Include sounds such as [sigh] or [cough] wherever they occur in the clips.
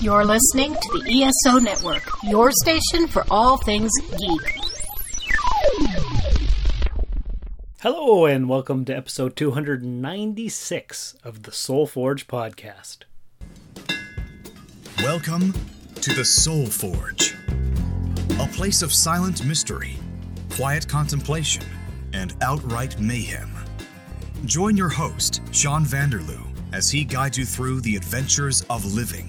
You're listening to the ESO Network, your station for all things geek. Hello, and welcome to episode 296 of the Soul Forge podcast. Welcome to the Soul Forge, a place of silent mystery, quiet contemplation, and outright mayhem. Join your host, Sean Vanderloo, as he guides you through the adventures of living.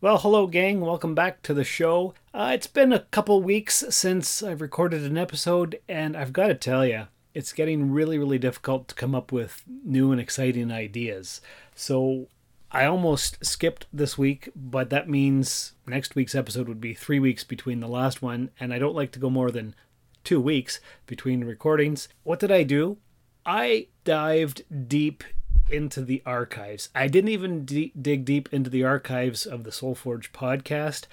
Well, hello, gang. Welcome back to the show. Uh, it's been a couple weeks since I've recorded an episode, and I've got to tell you, it's getting really, really difficult to come up with new and exciting ideas. So I almost skipped this week, but that means next week's episode would be three weeks between the last one, and I don't like to go more than two weeks between recordings. What did I do? I dived deep into the archives. I didn't even de- dig deep into the archives of the Soulforge podcast.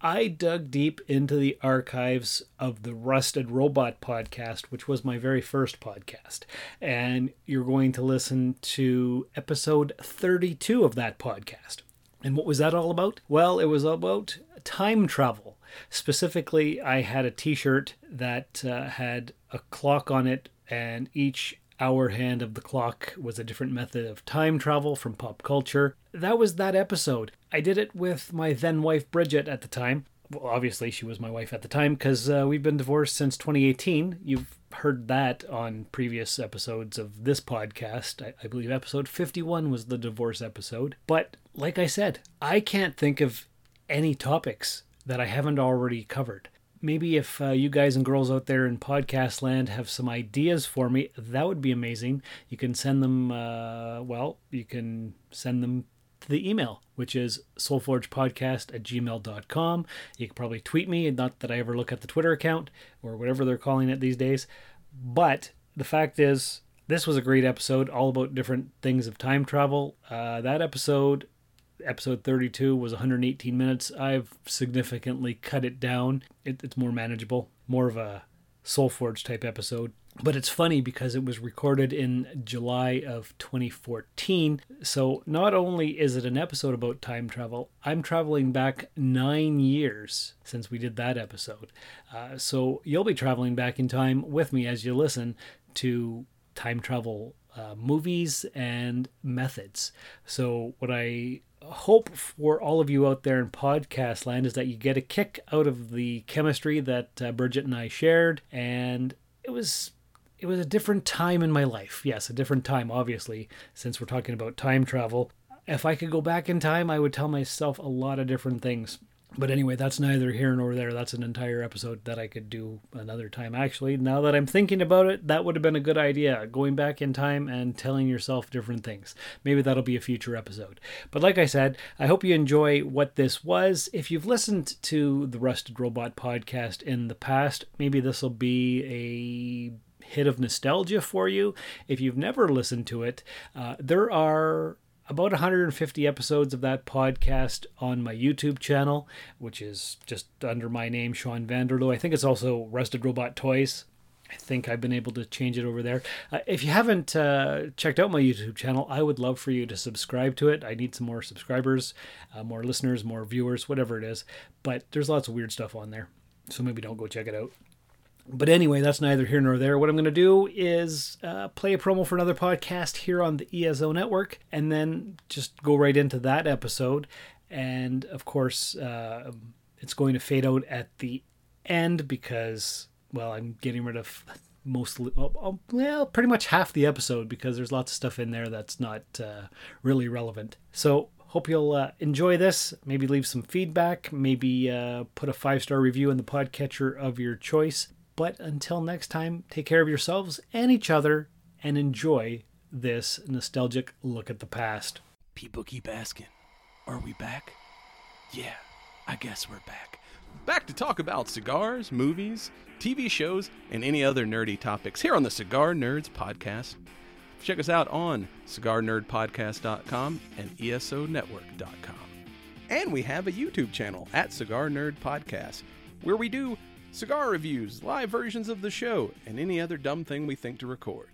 I dug deep into the archives of the Rusted Robot podcast, which was my very first podcast. And you're going to listen to episode 32 of that podcast. And what was that all about? Well, it was about time travel. Specifically, I had a t shirt that uh, had a clock on it, and each hour hand of the clock was a different method of time travel from pop culture. That was that episode. I did it with my then wife, Bridget, at the time. Well, obviously, she was my wife at the time because uh, we've been divorced since 2018. You've heard that on previous episodes of this podcast. I, I believe episode 51 was the divorce episode. But like I said, I can't think of any topics that I haven't already covered. Maybe if uh, you guys and girls out there in podcast land have some ideas for me, that would be amazing. You can send them, uh, well, you can send them to the email, which is soulforgepodcast at gmail.com. You can probably tweet me, not that I ever look at the Twitter account or whatever they're calling it these days. But the fact is, this was a great episode all about different things of time travel. Uh, that episode episode 32 was 118 minutes. I've significantly cut it down. It, it's more manageable, more of a Soulforge type episode. But it's funny because it was recorded in July of 2014. So not only is it an episode about time travel, I'm traveling back nine years since we did that episode. Uh, so you'll be traveling back in time with me as you listen to time travel uh, movies and methods. So, what I hope for all of you out there in podcast land is that you get a kick out of the chemistry that uh, Bridget and I shared, and it was it was a different time in my life. Yes, a different time, obviously, since we're talking about time travel. If I could go back in time, I would tell myself a lot of different things. But anyway, that's neither here nor there. That's an entire episode that I could do another time. Actually, now that I'm thinking about it, that would have been a good idea. Going back in time and telling yourself different things. Maybe that'll be a future episode. But like I said, I hope you enjoy what this was. If you've listened to the Rusted Robot podcast in the past, maybe this will be a hit of nostalgia for you. If you've never listened to it, uh, there are about 150 episodes of that podcast on my YouTube channel, which is just under my name, Sean Vanderloo. I think it's also Rusted Robot Toys. I think I've been able to change it over there. Uh, if you haven't uh, checked out my YouTube channel, I would love for you to subscribe to it. I need some more subscribers, uh, more listeners, more viewers, whatever it is. But there's lots of weird stuff on there. So maybe don't go check it out. But anyway, that's neither here nor there. What I'm going to do is uh, play a promo for another podcast here on the ESO network and then just go right into that episode. And of course, uh, it's going to fade out at the end because, well, I'm getting rid of mostly, well, um, well, pretty much half the episode because there's lots of stuff in there that's not uh, really relevant. So hope you'll uh, enjoy this. Maybe leave some feedback. Maybe uh, put a five star review in the podcatcher of your choice. But until next time, take care of yourselves and each other and enjoy this nostalgic look at the past. People keep asking, are we back? Yeah, I guess we're back. back to talk about cigars, movies, TV shows, and any other nerdy topics here on the Cigar Nerds Podcast. Check us out on cigarnerdpodcast.com and E esonetwork.com. And we have a YouTube channel at Cigar Nerd Podcast where we do cigar reviews, live versions of the show, and any other dumb thing we think to record.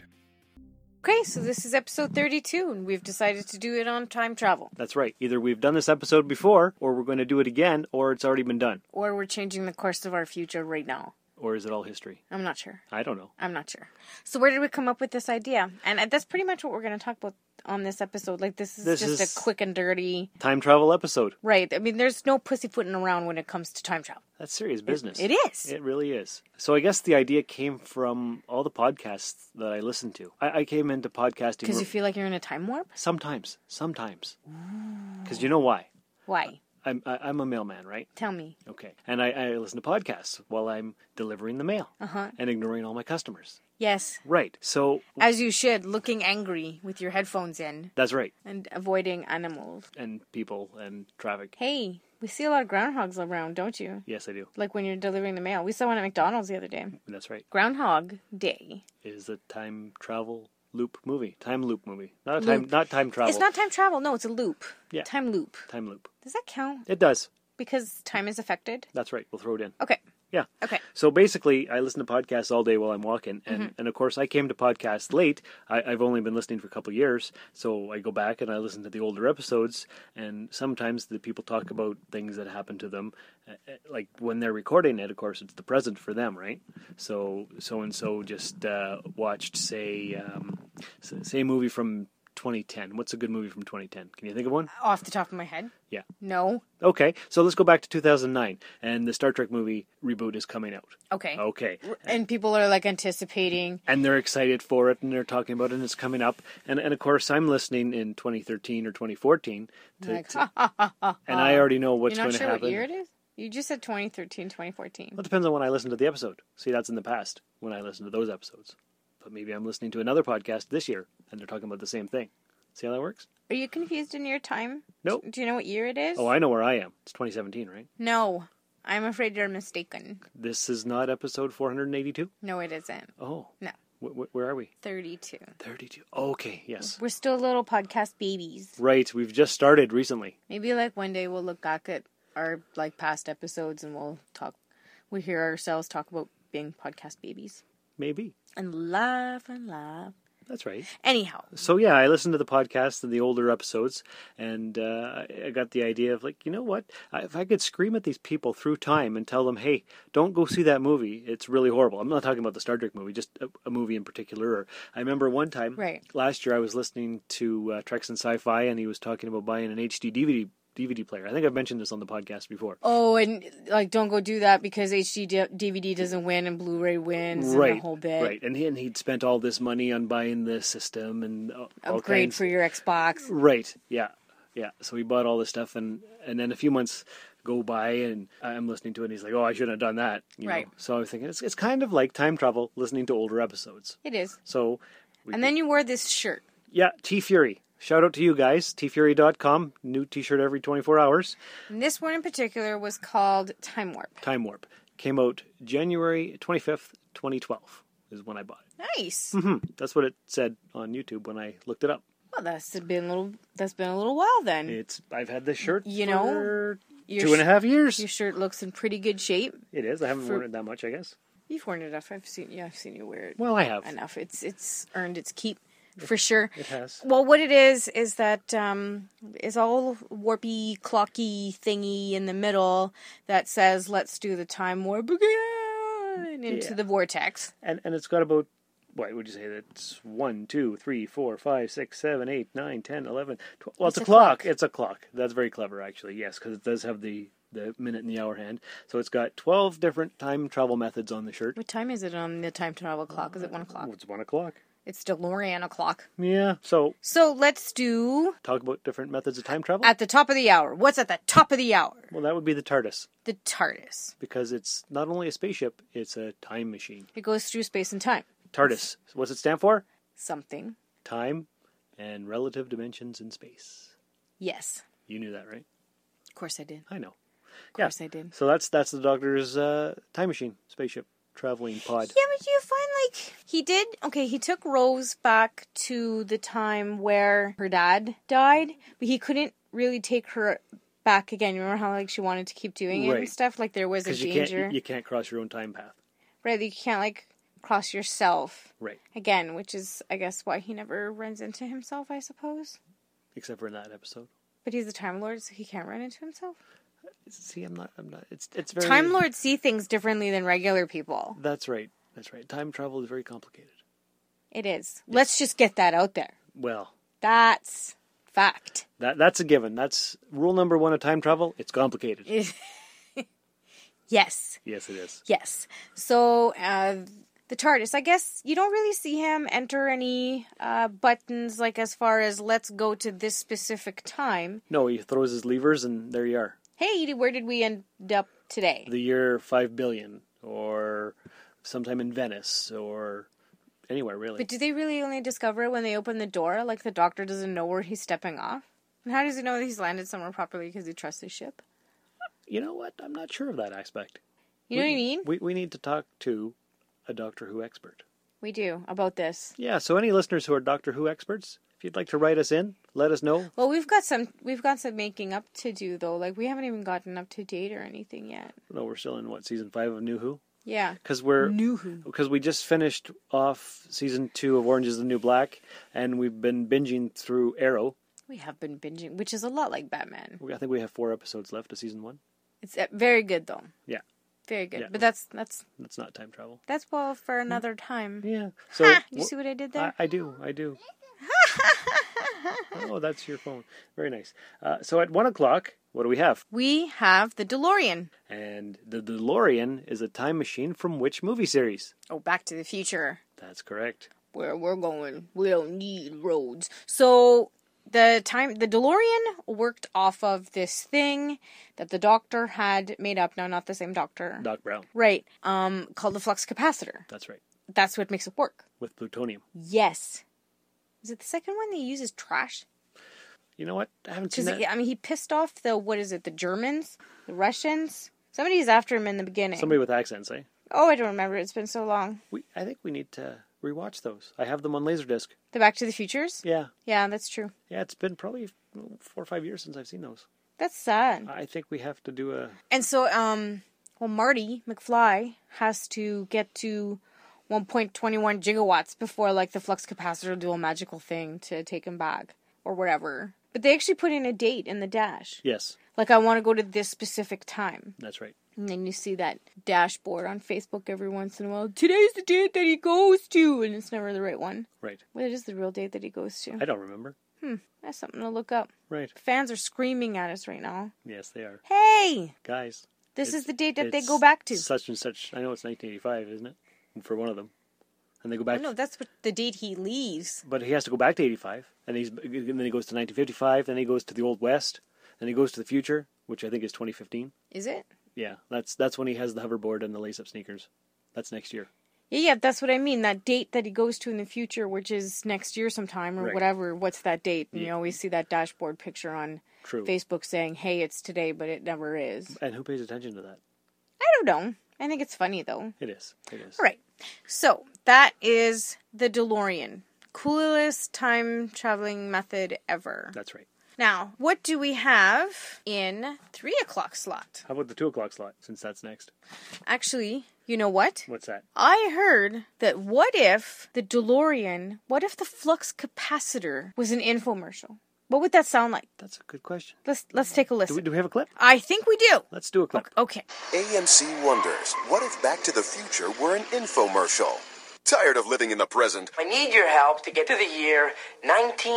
Okay, so this is episode 32, and we've decided to do it on time travel. That's right. Either we've done this episode before, or we're going to do it again, or it's already been done. Or we're changing the course of our future right now. Or is it all history? I'm not sure. I don't know. I'm not sure. So, where did we come up with this idea? And uh, that's pretty much what we're going to talk about on this episode. Like, this is This just is- a quick and dirty. Time travel episode. Right. I mean, there's no pussyfooting around when it comes to time travel. That's serious business. It is. It really is. So I guess the idea came from all the podcasts that I listened to. I, I came into podcasting Because re- you feel like you're in a time warp? sometimes, sometimes, because you know why? Why? I'm I, I'm a mailman, right? Tell me. Okay, and I, I listen to podcasts while I'm delivering the mail Uh-huh. and ignoring all my customers. Yes. Right. So As you should, looking angry with your headphones in that's right. and avoiding animals. And people and traffic. Hey, we see a lot of groundhogs around, don't you? Yes, I do. Like when you're delivering the mail. We saw one at McDonald's the other day. That's right. Groundhog Day. Is a time travel loop movie. Time loop movie. Not a time. Not time travel. It's not time travel. No, it's a loop. Yeah. Time loop. time loop. Does that count? It does. Because time is affected. That's right. We'll throw it in. Okay. Yeah. Okay. So basically, I listen to podcasts all day while I'm walking, and, and of course, I came to podcasts late. I, I've only been listening for a couple years, so I go back and I listen to the older episodes. And sometimes the people talk about things that happened to them, uh, uh, like when they're recording it. Of course, it's the present for them, right? So so and so just uh, watched say um, s- say a movie from 2010. What's a good movie from 2010? Can you think of one? Off the top of my head. Yeah. No. Okay, so let's go back to 2009, and the Star Trek movie reboot is coming out. Okay. Okay, And people are like anticipating. and they're excited for it and they're talking about it and it's coming up and, and of course i'm listening in 2013 or 2014 to, Like, [laughs] to- and i already know what's You're not going sure to happen what year it is? You just said 2013, 2014. well, it depends on when i listen to the episode see that's in the past when i listen to those episodes but maybe i'm listening to another podcast this year and they're talking about the same thing see how that works Are you confused in your time? Nope. Do you know what year it is? oh i know where i am it's 2017 right No. I'm afraid you're mistaken. this is not episode 482 No, it isn't. oh No. wh- wh- where are we 32. 32 okay yes We're still little podcast babies. right we've just started recently Maybe like one day we'll look back at our like past episodes and we'll talk. We hear ourselves talk about being podcast babies maybe and laugh and laugh. that's right Anyhow, so yeah, I listened to the podcast and the older episodes, and uh, I got the idea of like, you know what? I, if I could scream at these people through time and tell them, hey, don't go see that movie. It's really horrible. I'm not talking about the Star Trek movie, just a, a movie in particular. Or I remember one time Right. last year, I was listening to uh, Treks and Sci-Fi, and he was talking about buying an HD DVD DVD player. I think I've mentioned this on the podcast before. oh, and like don't go do that because HD d- DVD doesn't win and Blu-ray wins and the whole bit. right, and he and he'd spent all this money on buying the system and all, all Upgrade kinds- for your Xbox. Right. Yeah. Yeah. So he bought all this stuff, and and then a few months go by, and I'm listening to it, and he's like, "Oh, I shouldn't have done that." You Right. Know? So I was thinking it's it's kind of like time travel, listening to older episodes. It is. So, we And then you wore this shirt. yeah, T Fury. Shout out to you guys, tfury.com. New T-shirt every 24 hours. And this one in particular was called Time Warp. Time Warp came out January 25th, 2012 is when I bought it. Nice. Mm-hmm. That's what it said on YouTube when I looked it up. Well, that's been a little. That's been a little while then. It's I've had this shirt You know, for your two and a sh- half years. Your shirt looks in pretty good shape. it is. I haven't worn it that much, I guess. You've worn it enough. I've seen yeah, I've seen you wear it Well, I have. enough. It's it's earned its keep for sure. It has. Well, what it is is that um, is all warpy, clocky thingy in the middle that says "Let's do the time warp again" into Yeah. the vortex. and and it's got about what would you say that's one two three four five six seven eight nine ten eleven twelve well it's, a clock. it's a clock that's very clever actually yes because it does have the the minute and the hour hand so it's got 12 different time travel methods on the shirt What time is it on the time travel clock? Is it one o'clock? it's one o'clock It's DeLorean o'clock. yeah so So let's do talk about different methods of time travel at the top of the hour. What's at the top of the hour? well that would be the tardis The TARDIS. because it's not only a spaceship it's a time machine It goes through space and time. tardis what's it stand for Something. time and relative dimensions in space Yes. you knew that right Of course I did. i know yeah. course I did. So that's that's the Doctor's uh, time machine, spaceship, traveling pod. Yeah, but you find like he did. Okay, he took Rose back to the time where her dad died, but he couldn't really take her back again. Remember how like she wanted to keep doing it Right. and stuff. Like there was a Because you danger, can't you can't cross your own time path. right? You can't like cross yourself Right. again, which is I guess why he never runs into himself. I suppose, Except for in that episode. but he's a time lord, so he can't run into himself. See, I'm not. I'm not. It's it's very Time lords see things differently than regular people. That's right. That's right. Time travel is very complicated. It is. Let's just get that out there. Well, That's fact. that that's a given. That's rule number one of time travel. It's complicated. [laughs] Yes. yes, it is. Yes. So uh, the TARDIS, I guess you don't really see him enter any uh, buttons, like as far as let's go to this specific time. No, he throws his levers, and there you are. Hey, where did we end up today? The year five billion, or sometime in Venice, or anywhere really. But do they really only discover it when they open the door? Like the doctor doesn't know where he's stepping off? And how does he know that he's landed somewhere properly because he trusts his ship? you know what? I'm not sure of that aspect. You know what I mean? We we need to talk to a Doctor Who expert. We do about this. Yeah. So any listeners who are Doctor Who experts, if you'd like to write us in, let us know. Well, we've got some we've got some making up to do though. Like we haven't even gotten up to date or anything yet. No, we're still in what season five of New Who. Yeah. because we're New Who. because we just finished off season two of Orange Is the New Black, and we've been binging through Arrow. We have been binging, which is a lot like Batman. We- I think we have four episodes left of season one. It's uh, very good though. Yeah, Very good. Yeah. But that's that's that's not time travel. that's well for another time. Yeah. So Ha! Mm. You wh- uh, see what I did there? I, I do. I [laughs] do. oh, that's your phone. Very nice. Uh, so at one o'clock, what do we have? We have the DeLorean. And the DeLorean is a time machine from which movie series? Oh, Back to the Future. That's correct. Where we're going, we don't need roads. So the time the DeLorean worked off of this thing that the doctor had made up. No, not the same doctor. Doc Brown. Right. Um, called the flux capacitor. That's right. That's what makes it work. With plutonium. Yes. Is it the second one that he uses trash? You know what? I haven't seen Because that. I mean, he pissed off the what is it? The Germans, the Russians. Somebody's after him in the beginning. Somebody with accents, eh? Oh, I don't remember. It's been so long. We, I think we need to rewatch those. I have them on Laserdisc. The Back to the Futures. Yeah, Yeah, that's true. yeah. It's been probably mm, four or five years since I've seen those. That's sad. I think we have to do a. And so, um, well, Marty McFly has to get to 1.21 gigawatts before like the flux capacitor will do a magical thing to take him back or whatever. But they actually put in a date in the dash. Yes, Like, I want to go to this specific time. that's right. And then you see that dashboard on Facebook every once in a while. Today's the date that he goes to. And it's never the right one. Right. What is the real date that he goes to? I don't remember. That's something to look up. Right. Fans are screaming at us right now. Yes, they are. Hey! Guys. This it's- is the date that they it's go back to. Such and such. I know it's 1985, isn't it? For one of them, and they go back. Oh, No, that's what the date he leaves. But he has to go back to 85, and he's and then he goes to 1955, then he goes to the Old West, then he goes to the future, which I think is 2015. Is it? Yeah, that's that's when he has the hoverboard and the lace-up sneakers. That's next year. Yeah, yeah, that's what I mean. That date that he goes to in the future, which is next year sometime or Right. whatever. What's that date? And You always see that dashboard picture on True. Facebook saying, hey, it's today, but it never is. And who pays attention to that? I don't know. I think it's funny, though. It is. It is. All right. So that is the DeLorean. Coolest time traveling method ever. That's right. Now, what do we have in three o'clock slot? How about the two o'clock slot? Since that's next. Actually, you know what? What's that? I heard that what if the DeLorean, what if the flux capacitor was an infomercial? What would that sound like? That's a good question. Let's let's take a Do listen. we, do we have a clip? I think we do. Let's do a clip. Okay. AMC wonders what if Back to the Future were an infomercial? Tired of living in the present? I need your help to get to the year 1985.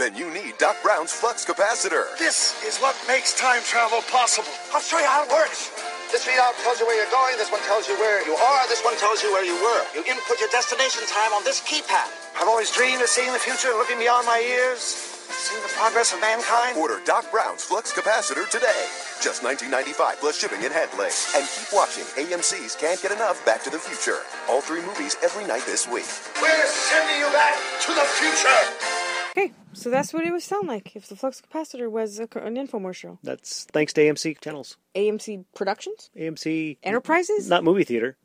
Then you need Doc Brown's flux capacitor. This is what makes time travel possible. I'll show you how it works. This readout tells you where you're going, this one tells you where you are, this one tells you where you were. You input your destination time on this keypad. I've always dreamed of seeing the future and looking beyond my years, seeing the progress of mankind. Order Doc Brown's flux capacitor today. Just $19.95 plus shipping and handling. And keep watching AMC's Can't Get Enough Back to the Future. All three movies every night this week. We're sending you back to the future! Okay, so that's what it would sound like if the flux capacitor was a, co- an infomercial. That's thanks to AMC channels. AMC Productions? AMC Enterprises? not movie theater,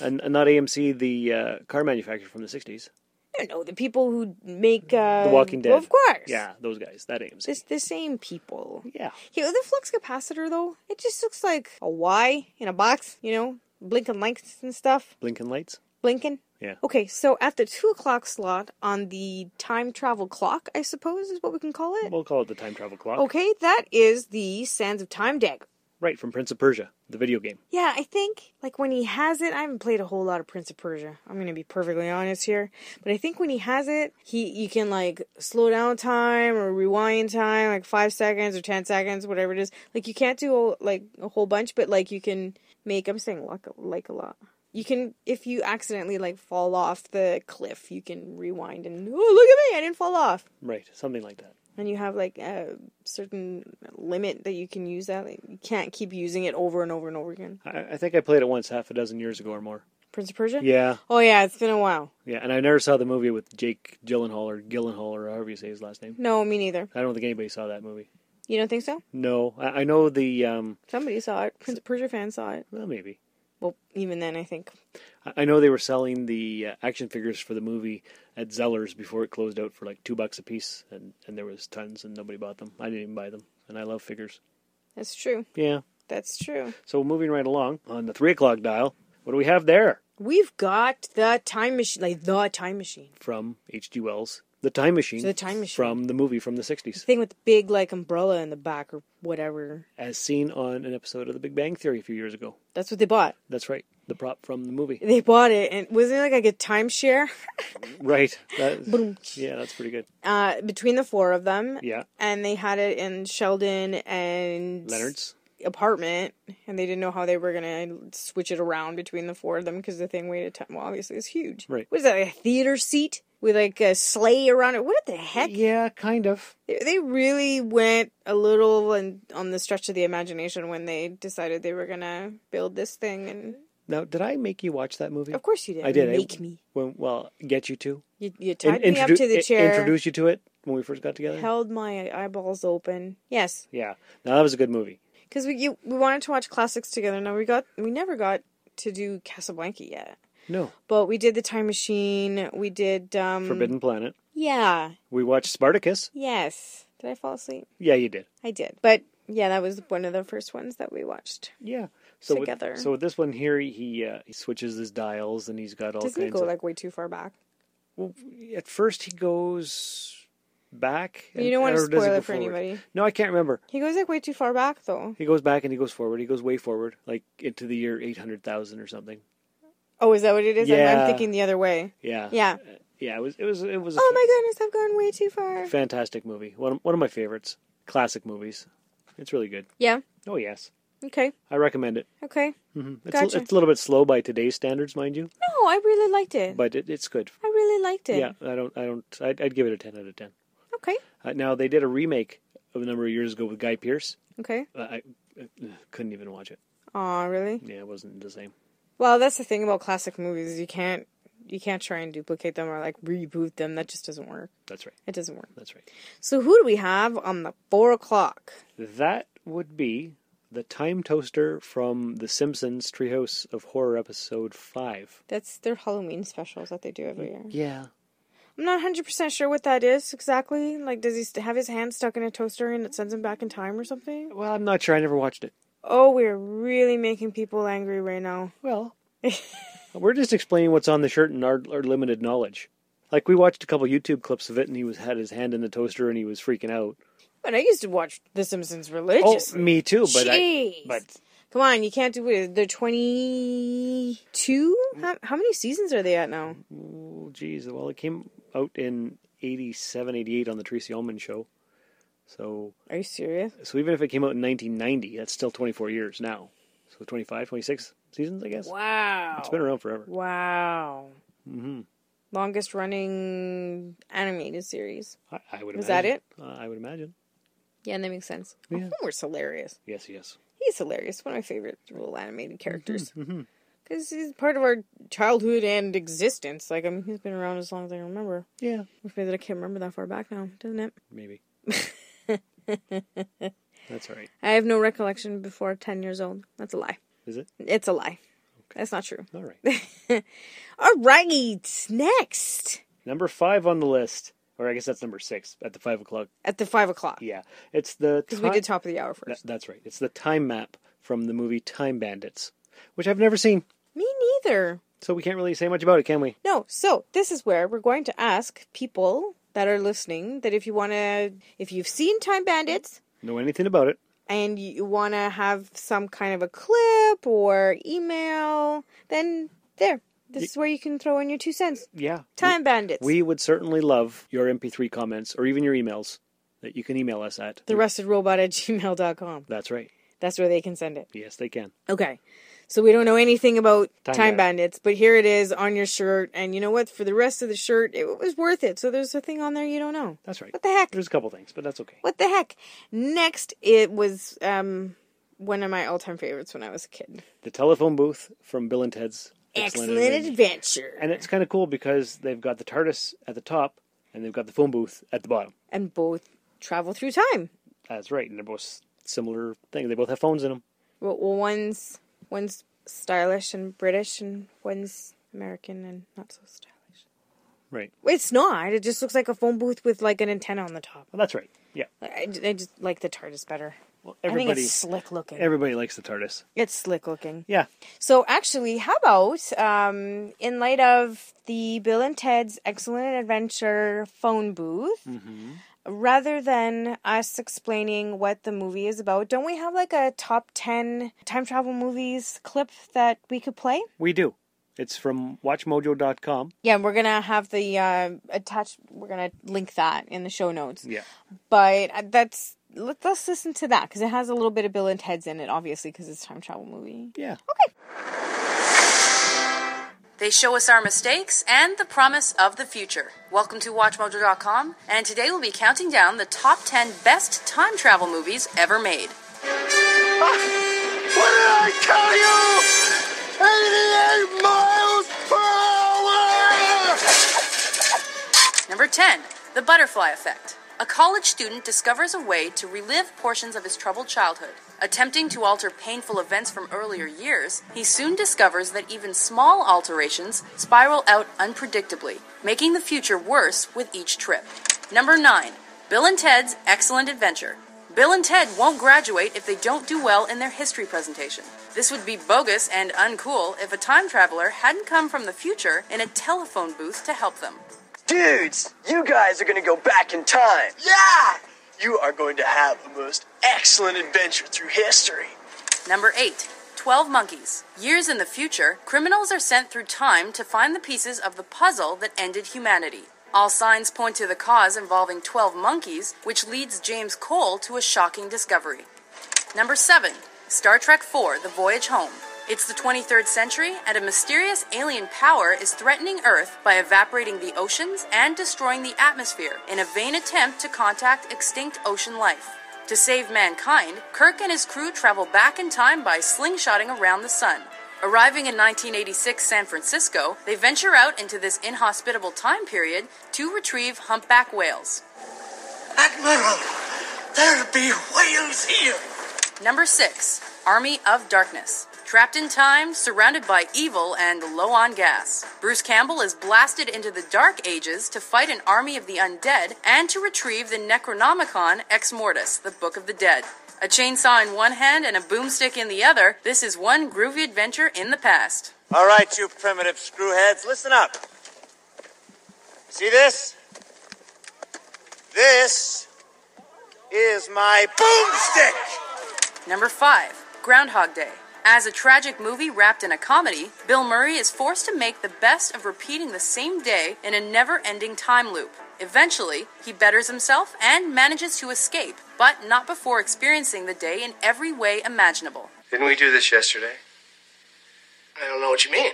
and, and not AMC the uh, car manufacturer from the '60s, I don't know, the people who make. Uh, The Walking Dead. Well, of course. Yeah, those guys. That AMC. It's the same people. yeah. Yeah, the flux capacitor, though, it just looks like a Y in a box, you know, blinking lights and stuff. Blinking lights. Blinking. Yeah. Okay, so at the two o'clock slot on the time travel clock, I suppose is what we can call it. We'll call it the time travel clock. Okay, that is the Sands of Time dagger. Right from Prince of Persia, the video game. Yeah, I think like when he has it, I haven't played a whole lot of Prince of Persia. I'm gonna be perfectly honest here, but I think when he has it, he you can like slow down time or rewind time, like five seconds or ten seconds, whatever it is. Like you can't do a, like a whole bunch, but like you can make. I'm saying like like a lot. You can if you accidentally like fall off the cliff, you can rewind and oh look at me, I didn't fall off. Right, something like that. And you have like a certain limit that you can use that. Like, you can't keep using it over and over and over again. I, I think I played it once half a dozen years ago or more. Prince of Persia? Yeah, Oh yeah, it's been a while. yeah. And I never saw the movie with Jake Gyllenhaal or Gyllenhaal or however you say his last name. No, me neither. I don't think anybody saw that movie. You don't think so? No, I, I know the. Um, Somebody saw it. Prince of Persia fans saw it. well, maybe. Well, even then, I think. I- I know they were selling the uh, action figures for the movie at Zellers before it closed out for like two bucks a piece, and, and there was tons, and nobody bought them. I didn't even buy them, and I love figures. That's true. Yeah. That's true. So moving right along on the three o'clock dial, what do we have there We've got the time machine, like the time machine. from H.G. Wells? The Time Machine. The Time Machine. from the movie from the The '60s, thing with the big, like, umbrella in the back or whatever. as seen on an episode of The Big Bang Theory a few years ago. That's what they bought. That's right. The prop from the movie. They bought it, and was it like, like a timeshare? Right. That- yeah, that's pretty good. Uh, between the four of them. Yeah. And they had it in Sheldon and Leonard's. apartment and they didn't know how they were going to switch it around between the four of them because the thing weighed a ton. Well, obviously, it's huge. Right. What is that, like a theater seat with like a sleigh around it? What the heck? Yeah, kind of. They, they really went a little on, on the stretch of the imagination when they decided they were going to build this thing. And Now, did I make you watch that movie? of course, you did. I did. eh? Make me. When, well, get you to. You, you In- tied me up to the i- chair. Introduce you to it when we first got together. Held my eyeballs open. Yes, Yeah. Now that was a good movie. because we you, we wanted to watch classics together. Now we got we never got to do Casablanca yet. No, But we did the time machine. We did um Forbidden Planet. Yeah. We watched Spartacus. Yes. Did I fall asleep? Yeah, you did. I did. But yeah, that was one of the first ones that we watched. Yeah. So Together. With, so with this one here, he uh, he switches his dials and he's got all Doesn't he kinds go of. like way too far back? Well, at first he goes back. You don't want to or does he spoil go it for forward? anybody. No, I can't remember. He goes like way too far back though. He goes back and he goes forward. He goes way forward, like into the year eight hundred thousand or something. Oh, is that what it is? I'm- I'm, Yeah. Uh, thinking the other way. Yeah. Yeah. Yeah. It was. It was. It was. a Oh my goodness, I've gone way too far. Fantastic movie. One of, one of my favorites. Classic movies. It's really good. Yeah. Oh yes, Okay. I recommend it. Okay. hmm It's, Gotcha. a, it's a little bit slow by today's standards, mind you, No, I really liked it. but it, it's good. I really liked it. Yeah, I don't, I don't, I'd, I'd give it a ten out of ten. Okay. Uh, now they did a remake of a number of years ago with Guy Pearce. Okay. Uh, I uh, couldn't even watch it. Aw, really? Yeah, it wasn't the same. Well, that's the thing about classic movies. is You can't you can't try and duplicate them or like reboot them. That just doesn't work. That's right. It doesn't work. That's right. So who do we have on the four o'clock? That would be the time toaster from The Simpsons Treehouse of Horror episode five. That's their Halloween specials that they do every year. Yeah. I'm not 100 percent sure what that is exactly. Like, does he st- have his hand stuck in a toaster and it sends him back in time or something? Well, I'm not sure. I never watched it. Oh, we're really making people angry right now. Well, we're just explaining what's on the shirt and our, our limited knowledge. Like we watched a couple YouTube clips of it, and he was had his hand in the toaster, and he was freaking out. But I used to watch The Simpsons Oh, religiously. me too. But I, Jeez. but Come on, you can't do it. They're 22. How, how many seasons are they at now? oh, geez, well, it came out in 87, 88 on the Tracy Ullman show. So, Are you serious? so even if it came out in 1990, that's still 24 years now. So 25, 26 seasons, I guess. Wow. It's been around forever. Wow. Mm-hmm. Longest running animated series. I, I would. Is that imagine. it? Uh, I would imagine. Yeah, that makes sense. Yeah. Homer's hilarious. Yes, yes. He's hilarious. One of my favorite little animated characters. Because he's part of our childhood and existence. Like, I mean, he's been around as long as I can remember. Yeah, Which means that I can't remember that far back now, doesn't it? [laughs] maybe. That's all right. I have no recollection before 10 years old. That's a lie. Is it? It's a lie. That's not true. All right. All right, next. number five on the list, or I guess that's number six at the five o'clock. At the 5 o'clock. Yeah, it's the Because we ti- did top of the hour That- first. that's right. It's the time map from the movie Time Bandits, which I've never seen, Me neither. so we can't really say much about it, can we? No, so this is where we're going to ask people that are listening that if you want to, if you've seen Time Bandits Know anything about it? and you want to have some kind of a clip or email, then there. This is where you can throw in your two cents. Yeah. Time Bandits. We would certainly love your MP3 comments or even your emails that you can email us at. the rusted robot at gmail.com. That's right. That's where they can send it. Yes, they can. Okay. So we don't know anything about Time Time, Bandits. Bandits, but here it is on your shirt. And you know what? For the rest of the shirt, it was worth it. So there's a thing on there you don't know. That's right. What the heck? There's a couple things, but that's okay. What the heck? Next, it was um one of my all time favorites when I was a kid. The telephone booth from Bill and Ted's Excellent, Adventure. Adventure. And it's kind of cool because they've got the TARDIS at the top and they've got the phone booth at the bottom. And both travel through time. That's right. And they're both similar thing. They both have phones in them. Well, well, one's one's stylish and British, and one's American and not so stylish. Right. It's not. It just looks like a phone booth with like an antenna on the top. Well, Oh, that's right. Yeah. I, I just like the TARDIS better. Well, I think everybody it's slick looking. everybody likes the TARDIS. it's slick looking. Yeah. So actually, how about um, in light of the Bill and Ted's Excellent Adventure phone booth, rather than us explaining what the movie is about, don't we have like a top ten time travel movies clip that we could play? We do. It's from watchmojo.com. Yeah, we're gonna have the uh, attached. We're gonna link that in the show notes. Yeah. but uh, that's let, let's listen to that because it has a little bit of Bill and Ted's in it, obviously, because it's a time travel movie. Yeah. They show us our mistakes and the promise of the future. Welcome to WatchMojo.com, and today we'll be counting down the top 10 best time travel movies ever made. What did I tell you? 88 miles per hour! Number 10, The Butterfly Effect. A college student discovers a way to relive portions of his troubled childhood. Attempting to alter painful events from earlier years, he soon discovers that even small alterations spiral out unpredictably, making the future worse with each trip. Number 9, Bill and Ted's Excellent Adventure. Bill and Ted won't graduate if they don't do well in their history presentation. This would be bogus and uncool if a time traveler hadn't come from the future in a telephone booth to help them. Dudes, you guys are gonna go back in time. Yeah! You are going to have a most excellent adventure through history. Number 8. 12 Monkeys. Years in the future, criminals are sent through time to find the pieces of the puzzle that ended humanity. All signs point to the cause involving 12 monkeys, which leads James Cole to a shocking discovery. Number 7. Star Trek IV The Voyage Home. It's the 23rd century, and a mysterious alien power is threatening Earth by evaporating the oceans and destroying the atmosphere in a vain attempt to contact extinct ocean life. To save mankind, Kirk and his crew travel back in time by slingshotting around the sun. Arriving in 1986 San Francisco, they venture out into this inhospitable time period to retrieve humpback whales. Admiral, there'll be whales here. Number 6. Army of Darkness. Trapped in time, surrounded by evil, and low on gas, Bruce Campbell is blasted into the Dark Ages to fight an army of the undead and to retrieve the Necronomicon Ex Mortis, the Book of the Dead. A chainsaw in one hand and a boomstick in the other, this is one groovy adventure in the past. All right, you primitive screwheads, listen up. See this? This is my boomstick! Number 5. Groundhog Day. As a tragic movie wrapped in a comedy, Bill Murray is forced to make the best of repeating the same day in a never ending time loop. Eventually, he betters himself and manages to escape, but not before experiencing the day in every way imaginable. Didn't we do this yesterday? I don't know what you mean.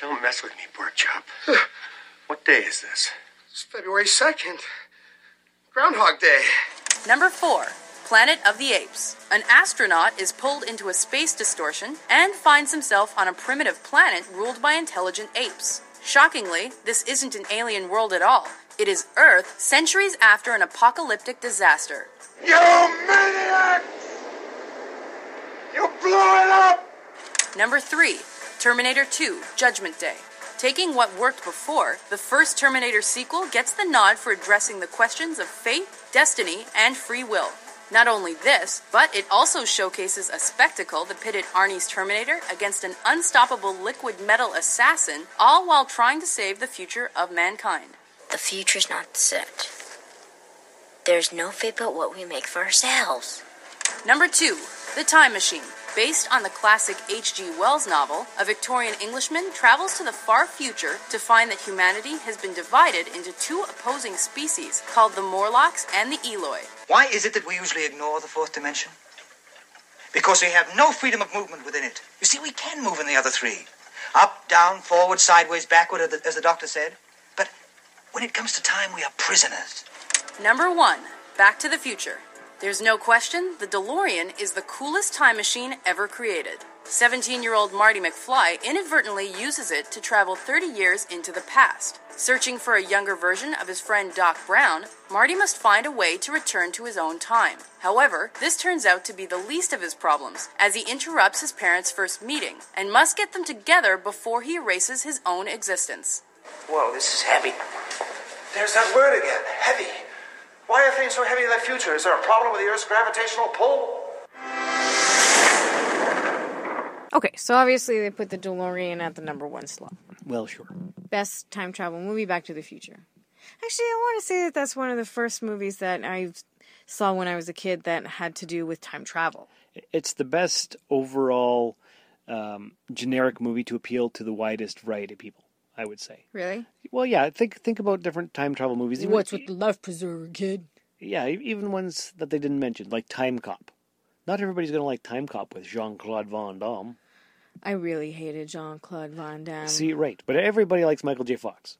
Don't mess with me, pork chop. what day is this? It's February 2nd. Groundhog Day. Number 4. Planet of the Apes. An astronaut is pulled into a space distortion and finds himself on a primitive planet ruled by intelligent apes. Shockingly, this isn't an alien world at all. It is Earth centuries after an apocalyptic disaster. You maniacs! You blew it up! Number 3 Terminator 2 Judgment Day. Taking what worked before, the first Terminator sequel gets the nod for addressing the questions of fate, destiny, and free will. Not only this, but it also showcases a spectacle that pitted Arnie's Terminator against an unstoppable liquid metal assassin, all while trying to save the future of mankind. The future's not set. There's no fate but what we make for ourselves. Number 2 The Time Machine. Based on the classic H.G. Wells novel, a Victorian Englishman travels to the far future to find that humanity has been divided into two opposing species called the Morlocks and the Eloi. Why is it that we usually ignore the fourth dimension? Because we have no freedom of movement within it. You see, we can move in the other three up, down, forward, sideways, backward, as the, as the doctor said. But when it comes to time, we are prisoners. Number 1 Back to the Future. There's no question the DeLorean is the coolest time machine ever created. 17 year old Marty McFly inadvertently uses it to travel 30 years into the past. Searching for a younger version of his friend Doc Brown, Marty must find a way to return to his own time. However, this turns out to be the least of his problems, as he interrupts his parents' first meeting and must get them together before he erases his own existence. Oh, Whoa, this is heavy. There's that word again heavy. Why are things so heavy in the future? Is there a problem with the Earth's gravitational pull? Okay, so obviously they put the DeLorean at the number one slot. Well, sure. Best time travel movie, Back to the Future. Actually, I want to say that that's one of the first movies that I saw when I was a kid that had to do with time travel. It's the best overall um, generic movie to appeal to the widest variety of people, I would say. Really? Well, yeah. Think think about different time travel movies. Even- e-, What's with the life preserver, kid? Yeah, e- even ones that they didn't mention, like Time Cop. Not everybody's going to like Time Cop with Jean Claude Van Damme. I really hated Jean Claude Van Damme. See, right. But everybody likes Michael J. Fox.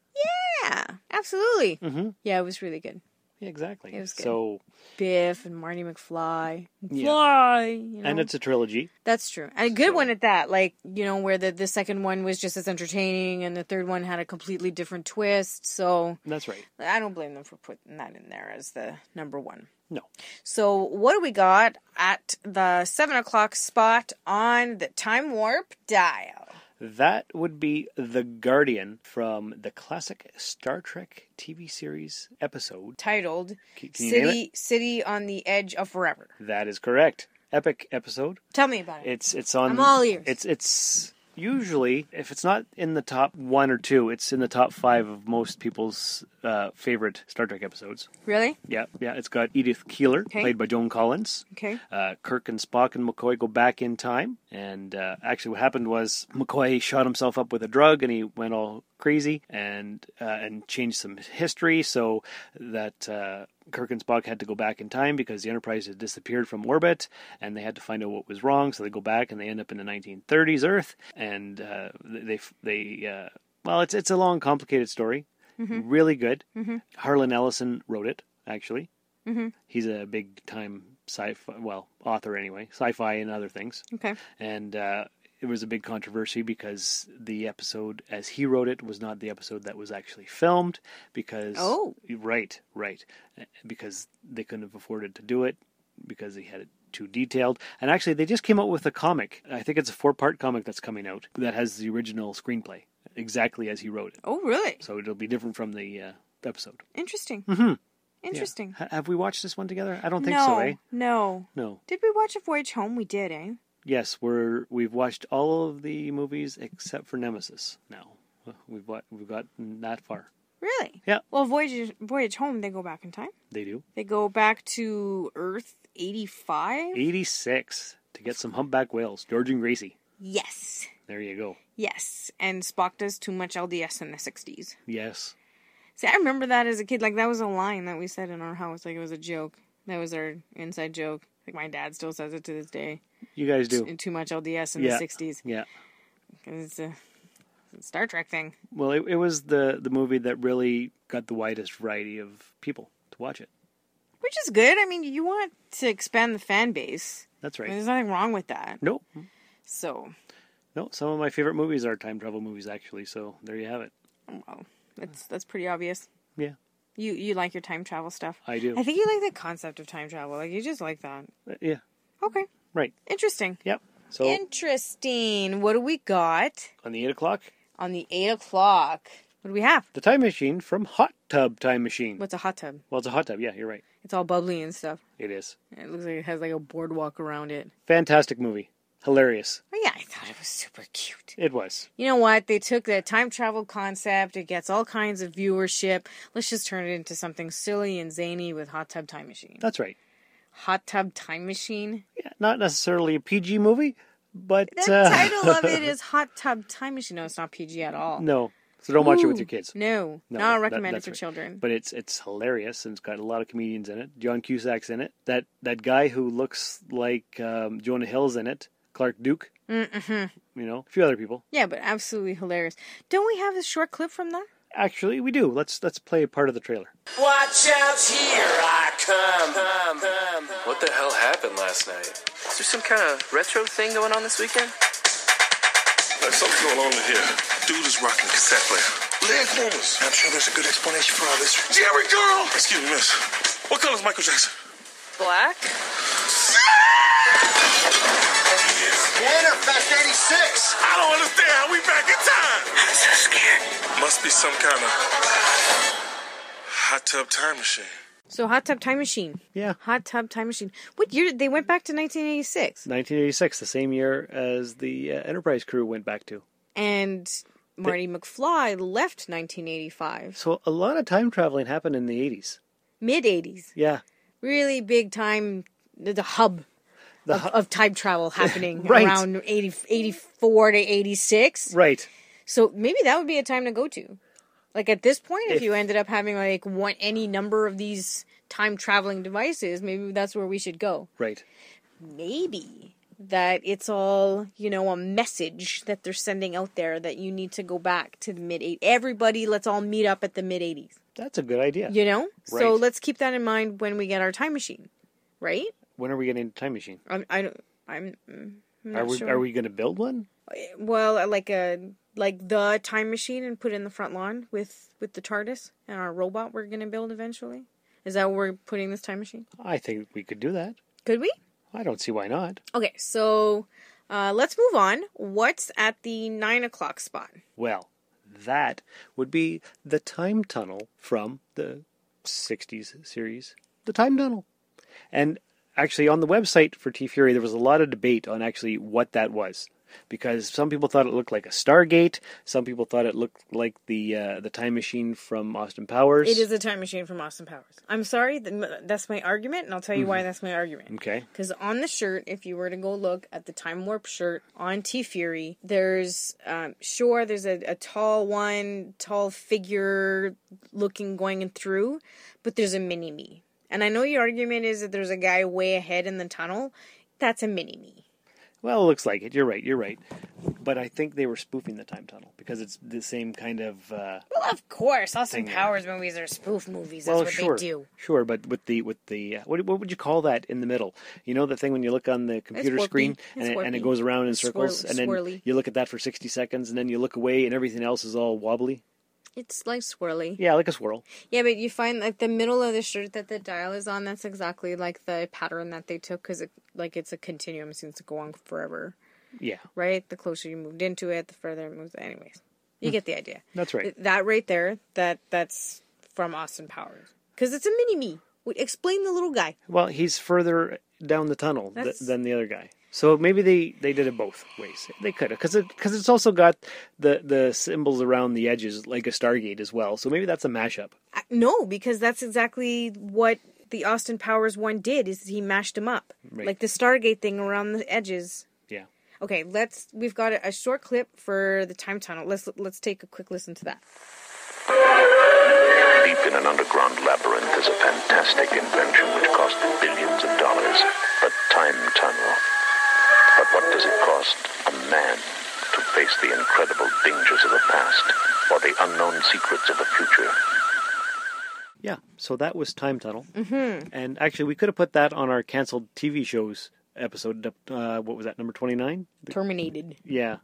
Yeah, absolutely. Mm-hmm. Yeah, it was really good. Yeah, exactly. It was good. So, Biff and Marty McFly. Yeah. Fly! You know? and it's a trilogy. That's true. And a good one at that. Like, you know, where the, the second one was just as entertaining and the third one had a completely different twist. So That's right. I don't blame them for putting that in there as the number one. No. So what do we got at the seven o'clock spot on the time warp dial? That would be The Guardian from the classic Star Trek TV series episode. Titled Can- can you name City City on the Edge of Forever. That is correct. Epic episode. Tell me about it. It's it's on. I'm all ears. It's it's usually if it's not in the top one or two, it's in the top five of most people's uh, favorite Star Trek episodes. Really? Yeah, yeah. It's got Edith Keeler, Okay. played by Joan Collins. Okay. Uh, Kirk and Spock and McCoy go back in time, and uh, actually, what happened was McCoy shot himself up with a drug, and he went all crazy and uh, and changed some history, so that uh, Kirk and Spock had to go back in time because the Enterprise had disappeared from orbit, and they had to find out what was wrong. So they go back, and they end up in the 1930s Earth, and uh, they they uh, well, it's it's a long, complicated story. Mhm. Really good. Mhm. Harlan Ellison wrote it, actually. Mm-hmm. He's a big time sci-fi, well, author anyway, sci-fi and other things. Okay. And uh, it was a big controversy because the episode, as he wrote it, was not the episode that was actually filmed because Oh. right, right, Uh, because they couldn't have afforded to do it because he had it too detailed. And actually, they just came out with a comic. I think it's a four-part comic that's coming out that has the original screenplay exactly as he wrote it. Oh, really? So it'll be different from the uh, episode. Interesting. Mm-hmm. Interesting. Ha- have we watched this one together? I don't think no, so, eh? No. No. Did we watch A Voyage Home? We did, eh? Yes, we're we've watched all of the movies except for Nemesis. Now we've wa- we've gotten that far. Really? Yeah. Well, Voyage Voyage Home, they go back in time. They do They go back to Earth 85? eighty six to get some humpback whales. George and Gracie. Yes. There you go. Yes. And Spock does too much LDS in the 60s. Yes, See, I remember that as a kid. Like, that was a line that we said in our house. Like, it was a joke. That was our inside joke. Like, my dad still says it to this day. you guys do. Too much LDS in yeah. the 60s. Yeah. 'Cause It's a, it's a Star Trek thing. Well, it, it was the the movie that really got the widest variety of people to watch it. Which is good. I mean, you want to expand the fan base. That's right. I mean, there's nothing wrong with that. Nope. So, No, some of my favorite movies are time travel movies, actually. So there you have it. well, that's that's pretty obvious. Yeah. You you like your time travel stuff? I do. I think you like the concept of time travel. Like you just like that. Uh, Yeah. Okay. Right. Interesting. Yep. So Interesting. What do we got on the eight o'clock, on the eight o'clock? What do we have? the time machine from Hot Tub Time Machine. What's a hot tub? Well, it's a hot tub. Yeah, you're right. It's all bubbly and stuff. It is. It looks like it has like a boardwalk around it. Fantastic movie. Hilarious. Oh yeah, I thought it was super cute. It was. You know what? They took that time travel concept. It gets all kinds of viewership. Let's just turn it into something silly and zany with Hot Tub Time Machine. That's right. Hot Tub Time Machine. Not necessarily a PG movie, but The uh, title of it is Hot Tub Time Machine. No, it's not PG at [laughs] all. no. So don't watch it Ooh, with your kids. No, No, not that- recommended that's for right. children. But it's it's hilarious and it's got a lot of comedians in it. John Cusack's in it. That that guy who looks like um, Jonah Hill's in it. Clark Duke. Mm-hmm. You know, a few other people. Yeah, but absolutely hilarious. Don't we have a short clip from that? Actually, we do. Let's let's play a part of the trailer. Watch out here I come. What the hell happened last night? Is there some kind of retro thing going on this weekend? There's something going on in here. Dude is rocking cassette player. Leg warmers. I'm sure there's a good explanation for all this. Jerry girl! Excuse me, miss. What color is Michael Jackson? Black? Winterfest 86! I don't understand how we back in time! I'm so scared. Must be some kind of hot tub time machine. So Hot Tub Time Machine. Yeah. Hot Tub Time Machine. What year? They went back to 1986. 1986, the same year as the uh, Enterprise crew went back to. And Marty McFly left 1985. So a lot of time traveling happened in the 80s. Mid 80s. Yeah. Really big time, the, the hub The of, hu- of [laughs] time travel happening Right. around 80, 84 to 86. Right. So maybe that would be a time to go to. Like at this point, if, If- you ended up having like one any number of these time traveling devices, maybe that's where we should go. Right. Maybe that it's all you know a message that they're sending out there that you need to go back to the mid 80s. Everybody, let's all meet up at the mid 80s. That's a good idea. You know, so Right. let's keep that in mind when we get our time machine, right? When are we getting a time machine? I'm, I don't. I'm. mm, I'm not Are we sure. are we going to build one? Well, uh, like a like the time machine and put it in the front lawn with with the TARDIS and our robot we're gonna build eventually. Is that where we're putting this time machine? I think we could do that. Could we? I don't see why not. Okay, so uh, let's move on. What's at the nine o'clock spot? Well, that would be the time tunnel from the 60s series, The Time Tunnel. And actually, on the website for T Fury, there was a lot of debate on actually what that was. Because some people thought it looked like a Stargate, some people thought it looked like the uh, the time machine from Austin Powers. It is a time machine from Austin Powers. I'm sorry, th- that's my argument, and I'll tell you why Mhm. that's my argument. Okay. Because on the shirt, if you were to go look at the Time Warp shirt on T Fury, there's um, sure there's a, a tall one, tall figure looking going in through, but there's a mini me. And I know your argument is that there's a guy way ahead in the tunnel. That's a mini me. Well, it looks like it. You're right. You're right. But I think they were spoofing the time tunnel because it's the same kind of. Uh, Well, of course, Austin Thing. Powers movies are spoof movies. That's well, what sure, they do. sure. But with the with the uh, what what would you call that in the middle? You know the thing when you look on the computer warpy. screen It's and it, and it warpy. goes around in It's swirl- circles, and then swirly. you look at that for sixty seconds, and then you look away, and everything else is all wobbly. It's like swirly. Yeah, like a swirl. Yeah, but you find like the middle of the shirt that the dial is on. That's exactly like the pattern that they took because it like it's a continuum, it seems to go on forever, Yeah, right? The closer you moved into it, the further it moves. Anyways, you get the idea. Mm. that's right. Th- That right there, that that's from Austin Powers because it's a mini me. Wait, Explain the little guy. Well, he's further down the tunnel th- That's- than the other guy. So maybe they, they did it both ways. They could have, because because it's also got the, the symbols around the edges like a Stargate as well. So maybe that's a mashup. I- No, because that's exactly what the Austin Powers one did. Is he mashed him up Right. like the Stargate thing around the edges. Yeah. Okay, let's. We've got a, a short clip for the time tunnel. Let's let's take a quick listen to that. Deep in an underground labyrinth is a fantastic invention which cost billions of dollars a time tunnel. But what does it cost a man to face the incredible dangers of the past or the unknown secrets of the future? Yeah. So that was Time Tunnel. Mm-hmm. And actually, we could have put that on our canceled TV shows episode. Uh, what was that, number 29? Terminated. Yeah.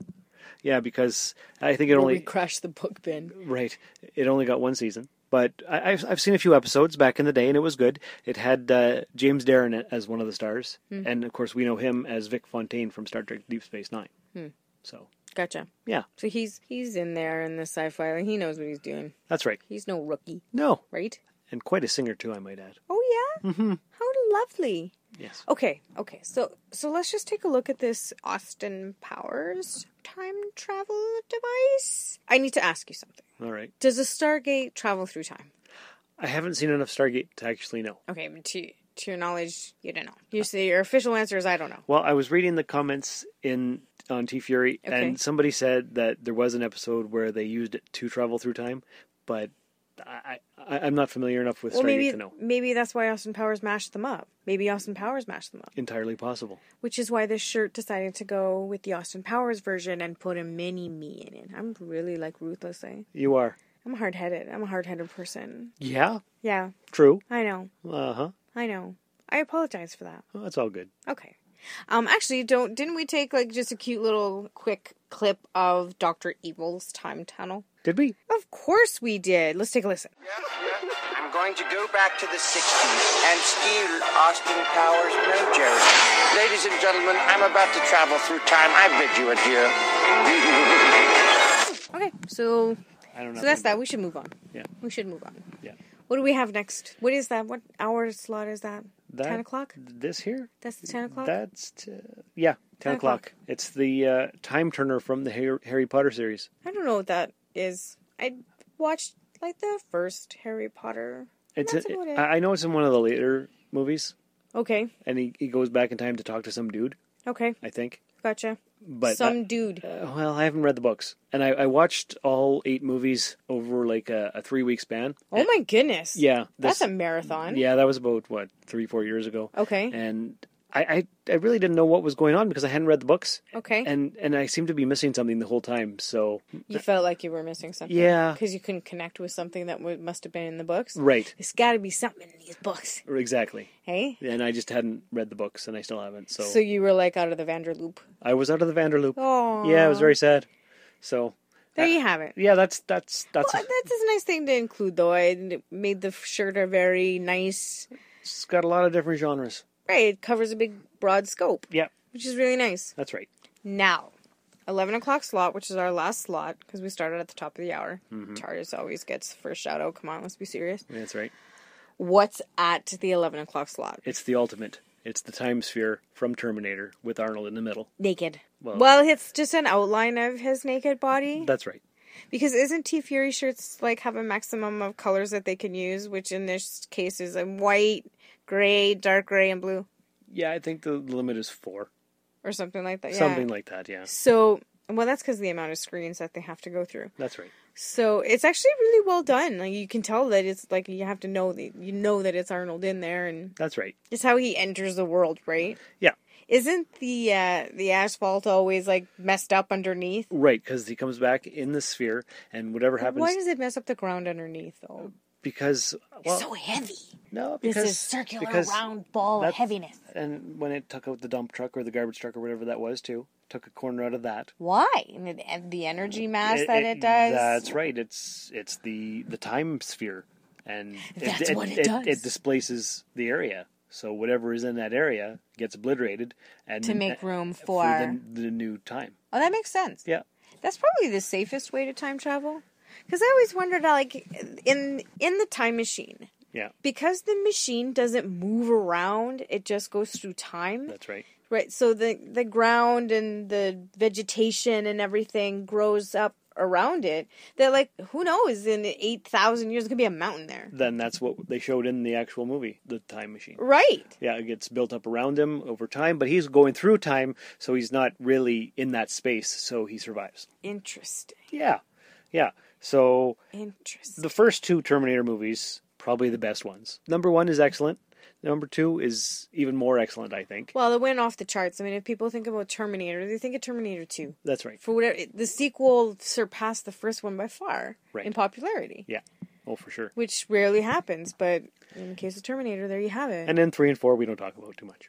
Yeah, because I think it Where only. we crashed the book bin. Right. It only got one season. But I, I've, I've seen a few episodes back in the day, and it was good. It had uh, James Darren as one of the stars. Hmm. And of course, we know him as Vic Fontaine from Star Trek Deep Space Nine. Hmm. So, Gotcha. yeah, So he's he's in there in the sci-fi. Like he knows what he's doing. that's right. He's no rookie. No. Right? And quite a singer, too, I might add. Oh yeah. Mm-hmm. How lovely. Yes. Okay. Okay. So so let's just take a look at this Austin Powers time travel device. I need to ask you something. All right. Does a Stargate travel through time? I haven't seen enough Stargate to actually know. Okay, but to to your knowledge, you don't know. Uh, You say your official answer is I don't know. Well, I was reading the comments in on T Fury, Okay. and somebody said that there was an episode where they used it to travel through time, but I, I I'm not familiar enough with well, Stargate maybe to know. maybe that's why Austin Powers mashed them up. Maybe Austin Powers mashed them up, Entirely possible. which is why this shirt decided to go with the Austin Powers version and put a mini me in it. I'm really like ruthless. Eh? You are. I'm hard headed. I'm a hard headed person. Yeah. Yeah, True. I know. Uh huh. I know. I apologize for that. that's all good. Okay. Um, actually, don't didn't we take like just a cute little quick clip of Doctor Evil's time tunnel? Did we? Of course we did. Let's take a listen. I'm going to go back to the 60s and steal Austin Powers' mojo. Ladies and gentlemen, I'm about to travel through time. I bid you adieu. Okay, so I don't know. so that's that. We should move on. Yeah. We should move on. Yeah. What do we have next? What is that? What hour slot is that? That- Ten o'clock. This here? That's the ten o'clock. That's t- yeah, ten, 10 o'clock. o'clock. It's the uh, time turner from the Harry, Harry Potter series. I don't know what that is. I watched like the first Harry Potter. It's That's in- about it. I I know it's in one of the later movies, Okay. and he, he goes back in time to talk to some dude. Okay. I think. Gotcha. But some I- dude. Uh, well, I haven't read the books, and I, I watched all eight movies over like a, a three week span. oh my goodness. Yeah, That's this- a marathon. Yeah, that was about what three four years ago. Oh. Okay. and I, I I really didn't know what was going on because I hadn't read the books. Okay. and and I seemed to be missing something the whole time. So you felt like you were missing something. Yeah. Because you couldn't connect with something that w- must have been in the books. right, There's got to be something in these books. exactly. Hey. And I just hadn't read the books, and I still haven't. So, So, you were like out of the Vanderloop. I was out of the Vanderloop. Oh. Yeah, it was very sad. So There you have it. yeah, that's that's that's Well, that's a nice thing to include, though. I it made the shirt a very nice. it's got a lot of different genres. Right, it covers a big, broad scope. Yeah, which is really nice. That's right. Now, eleven o'clock slot, which is our last slot because we started at the top of the hour. Mhm. Tardis always gets first shout out. Come on, let's be serious. That's right. What's at the eleven o'clock slot? It's the ultimate. It's the time sphere from Terminator with Arnold in the middle. Naked. Well- Well, it's just an outline of his naked body. That's right. Because isn't T Fury shirts like have a maximum of colors that they can use, which in this case is a white, gray, dark gray, and blue, Yeah, I think the limit is four. or something like that. Yeah. Something like that, yeah. So, well, that's because the amount of screens that they have to go through. That's right. So it's actually really well done. Like you can tell that it's like you have to know that you know that it's Arnold in there, and That's right. it's how he enters the world, right? Yeah. Isn't the uh, the asphalt always like messed up underneath? Right, because he comes back in the sphere, and whatever happens, Why does it mess up the ground underneath though? because well, so heavy. No, This because is circular because round ball of that's- heaviness. And when it took out the dump truck or the garbage truck or whatever that was too, took a corner out of that. Why? And the, and the energy mass It- that it, does. That's right. It's it's the the time sphere, and That's what it does. It, displaces the area. So whatever is in that area gets obliterated, and To make room for- the, the new time. Oh, that makes sense. Yeah. That's probably the safest way to time travel. Because I always wondered, like, in in the time machine, Yeah, because the machine doesn't move around, it just goes through time. that's right. Right. So the the ground and the vegetation and everything grows up around it. That like who knows in eight thousand years it could be a mountain there. Then that's what they showed in the actual movie, the time machine. Right. Yeah, it gets built up around him over time, but he's going through time, so he's not really in that space, so he survives. Interesting. Yeah, yeah. So Interesting. the first two Terminator movies, probably the best ones. Number one is excellent. Number two is even more excellent, I think. Well, it went off the charts. I mean, if people think about Terminator, they think of Terminator Two. That's right. For whatever the sequel surpassed the first one by far Right. in popularity. Yeah. Oh, for sure. which rarely happens, but in the case of Terminator, there you have it. And then three and four we don't talk about too much.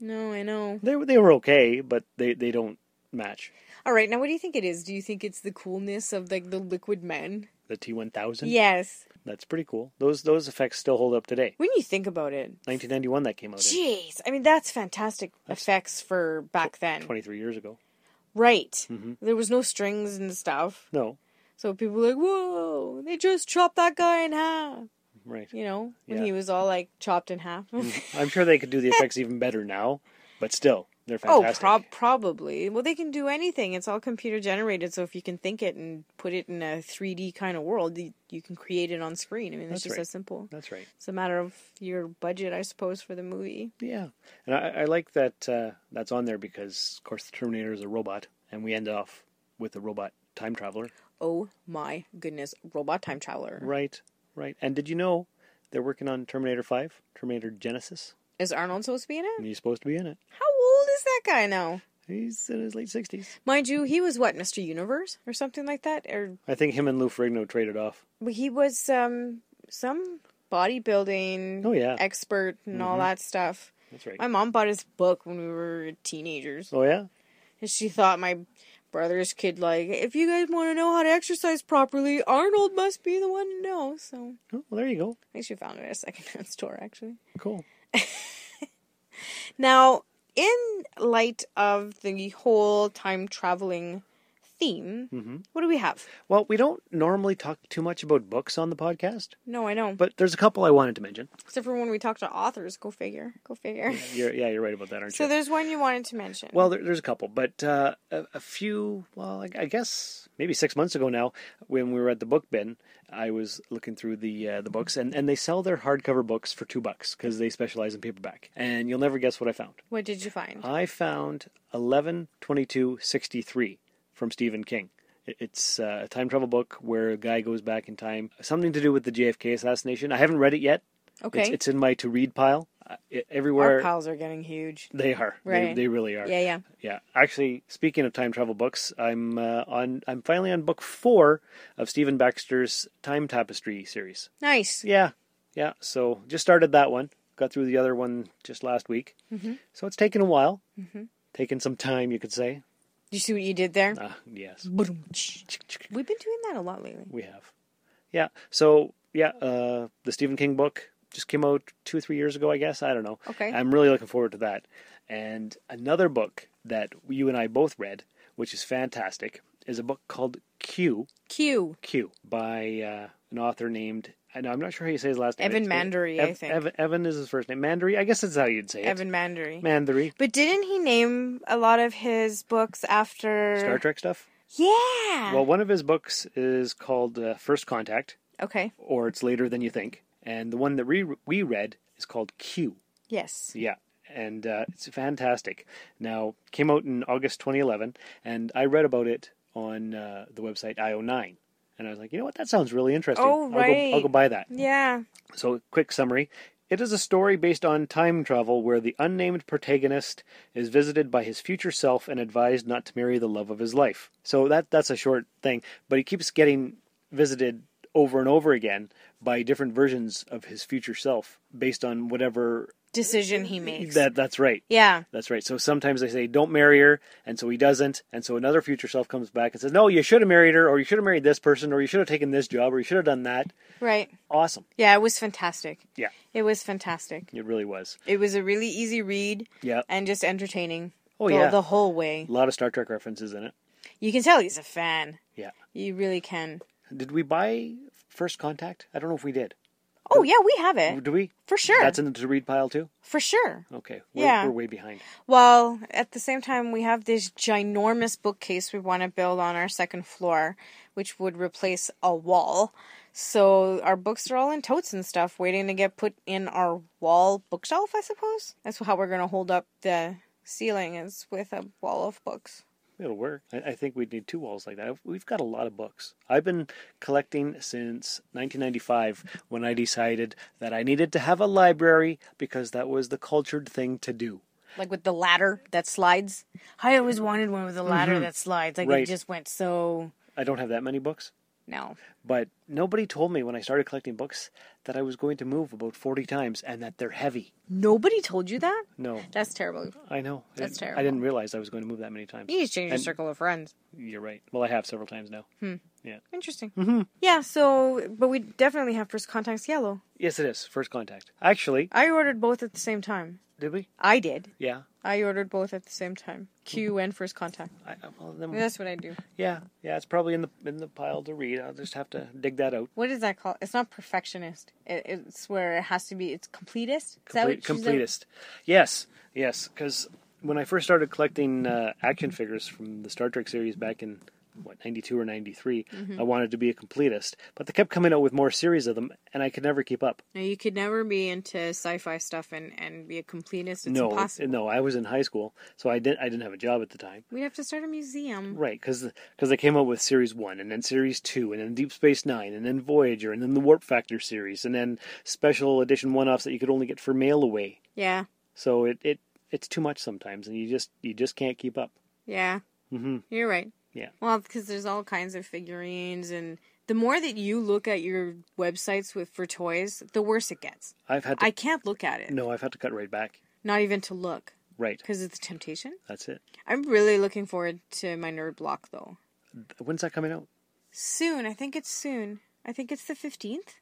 no, I know. They they were okay, but they they don't match All right, now what do you think it is? Do you think it's the coolness of like the liquid men? the T one thousand. Yes. that's pretty cool. Those those effects still hold up today. When you think about it, Nineteen ninety one that came out. in jeez, I mean that's fantastic effects for back then. Twenty three years ago. Right. Mhm. There was no strings and stuff. No, So people were like, "Whoa, they just chopped that guy in half." right. You know, when Yeah. Mm-hmm. he was all like chopped in half. I'm sure they could do the effects even better now, but still they're Oh, fantastic. prob probably. Well, they can do anything. It's all computer generated, so if you can think it and put it in a 3D kind of world, you, you can create it on screen. I mean, That's it's just right. as simple. That's right. It's a matter of your budget, I suppose, for the movie. Yeah. And I, I like that uh, that's on there because, of course, the Terminator is a robot, and we end off with a robot time traveler. Oh my goodness, robot time traveler. Right, right. And did you know they're working on Terminator 5, Terminator Genesis? Is Arnold supposed to be in it? And he's supposed to be in it. How old is that guy now? He's in his late 60s. Mind you, he was what, Mr. Universe or something like that? Or I think him and Lou Ferrigno traded off. Well, he was um some bodybuilding Oh, yeah. expert and all Mhm. that stuff. That's right. My mom bought his book when we were teenagers. Oh, yeah? And she thought my brother's kid like, if you guys want to know how to exercise properly, Arnold must be the one to know. So Oh, well, there you go. I think she found it at a secondhand store actually. Cool. Now, in light of the whole time traveling theme, hmm what do we have? Well, we don't normally talk too much about books on the podcast, No, I know. but there's a couple I wanted to mention. Except for when we talk to authors, go figure. Go figure. You're, yeah, you're right about that, aren't So you? there's one you wanted to mention. Well, there, there's a couple, but uh, a, a few. Well, I, I guess maybe six months ago now, when we were at the book bin, I was looking through the uh, the books, and, and they sell their hardcover books for two bucks because they specialize in paperback. And you'll never guess what I found. what did you find? I found eleven twenty two sixty three from Stephen King. It- It's uh, a time travel book where a guy goes back in time, something to do with the JFK assassination. I haven't read it yet. Okay. it's, it's in my to read pile. Uh, it- everywhere Our piles are getting huge. they are, Right. they, they really are. Yeah, yeah. Yeah, actually, speaking of time travel books, I'm uh, on. I'm finally on book four of Stephen Baxter's Time Tapestry series. Nice. Yeah, yeah. So just started that one. Got through the other one just last week. Mhm. So it's taken a while, Mm-hmm. taken some time, you could say. You see what you did there? Ah, yes, We've been doing that a lot lately. we have. Yeah. So yeah, uh, the Stephen King book just came out two, three years ago, I guess. I don't know. Okay. I'm really looking forward to that. And another book that you and I both read, which is fantastic, is a book called Q. Q. Q by uh, an author named. I know I'm not sure how you say his last name. Evan It's- Mandery, I think. Evan, Evan is his first name. Mandery. I guess that's how you'd say it. Evan Mandery. Mandery. But didn't he name a lot of his books after Star Trek stuff. Yeah. Well, one of his books is called uh, First Contact, okay. or it's later than you think, and the one that we we read is called Q. Yes. Yeah, and uh, it's fantastic. Now, came out in August 2011, and I read about it on uh, the website IO9. And I was like, you know what? That sounds really interesting. Oh, I'll, right. go, I'll go buy that. Yeah. So, quick summary. It is a story based on time travel where the unnamed protagonist is visited by his future self and advised not to marry the love of his life. So that that's a short thing, but he keeps getting visited over and over again by different versions of his future self based on whatever Decision he makes. that that's right. yeah. That's right. So sometimes they say, don't marry her. And so he doesn't. And so another future self comes back and says, no, you should have married her, or you should have married this person, or you should have taken this job, or you should have done that. Right. Awesome. Yeah, it was fantastic. Yeah, It was fantastic. it really was. It was a really easy read Yeah. and just entertaining. Oh, the, yeah. The whole way. A lot of Star Trek references in it. You can tell he's a fan. Yeah. You really can. Did we buy First Contact? I don't know if we did. Oh, yeah, we have it. Do we? For sure. That's in the to read pile too? For sure. Okay. We're, Yeah. We're way behind. Well, at the same time, we have this ginormous bookcase we want to build on our second floor, which would replace a wall. So our books are all in totes and stuff, waiting to get put in our wall bookshelf, I suppose. That's how we're going to hold up the ceiling is with a wall of books. It'll work. I, I think we'd need two walls like that. We've got a lot of books. I've been collecting since 1995 when I decided that I needed to have a library because that was the cultured thing to do. Like with the ladder that slides. I always wanted one with a ladder Mhm. that slides. Like Right. it just went so I don't have that many books. No. But nobody told me when I started collecting books that I was going to move about 40 times and that they're heavy. Nobody told you that? No. That's terrible. I know. I That's didn't- terrible. I didn't realize I was going to move that many times. You need to change your And circle of friends. You're right. Well, I have several times now. Hmm. Yeah. Interesting. Mm-hmm. Yeah, so, but we definitely have First Contact's Yellow. Yes, it is. First contact. Actually, I ordered both at the same time. did we? I did. Yeah. I ordered both at the same time. Mm-hmm. Q and First Contact. I, well, then That's what I do. Yeah, yeah. It's probably in the in the pile to read. I'll just have to dig that out. What is that called? It's not perfectionist. It, it's where it has to be. It's completist. Is that Complete, what she's- completist. Yes, yes. Because when I first started collecting uh, action figures from the Star Trek series back in what ninety two or ninety Mhm. I wanted to be a completist, but they kept coming out with more series of them, and I could never keep up. No, you could never be into sci-fi stuff and, and be a completist. It's no, impossible. no. I was in high school, so I didn't. I didn't have a job at the time. We'd have to start a museum. Right, because they came out with series one, and then series two, and then Deep Space Nine, and then Voyager, and then the Warp Factor series, and then special edition one-offs that you could only get for mail away. Yeah, So it, it it's too much sometimes, and you just you just can't keep up. yeah. Mm-hmm. You're right. Yeah. Well, because there's all kinds of figurines, and the more that you look at your websites with for toys, the worse it gets. I've had to, I can't look at it. no, I've had to cut right back. Not even to look, Right, because of the temptation. that's it. I'm really looking forward to my nerd block though. When's that coming out? Soon, I think it's soon. I think it's the fifteenth.